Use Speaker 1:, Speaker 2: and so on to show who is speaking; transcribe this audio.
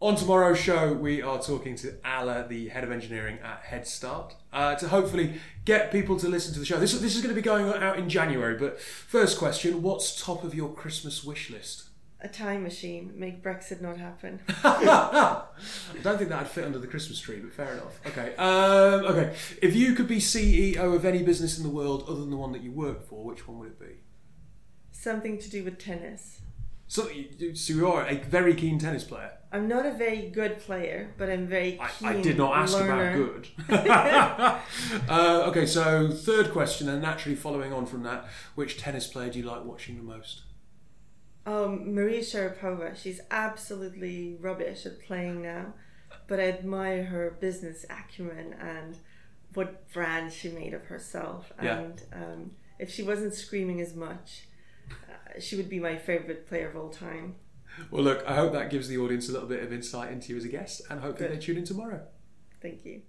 Speaker 1: On tomorrow's show, we are talking to Ala, the head of engineering at Head Start, uh, to hopefully get people to listen to the show. This, this is going to be going out in January, but first question what's top of your Christmas wish list?
Speaker 2: A time machine, make Brexit not happen.
Speaker 1: I don't think that'd fit under the Christmas tree, but fair enough. Okay, um, okay. If you could be CEO of any business in the world other than the one that you work for, which one would it be?
Speaker 2: Something to do with tennis.
Speaker 1: So, you, so you are a very keen tennis player.
Speaker 2: I'm not a very good player, but I'm very
Speaker 1: I,
Speaker 2: keen.
Speaker 1: I did not ask
Speaker 2: learner.
Speaker 1: about good. uh, okay, so third question, and naturally following on from that, which tennis player do you like watching the most?
Speaker 2: Um, Maria Sharapova, she's absolutely rubbish at playing now, but I admire her business acumen and what brand she made of herself.
Speaker 1: Yeah.
Speaker 2: And um, if she wasn't screaming as much, uh, she would be my favorite player of all time.
Speaker 1: Well, look, I hope that gives the audience a little bit of insight into you as a guest, and hopefully
Speaker 2: Good.
Speaker 1: they tune in tomorrow.
Speaker 2: Thank you.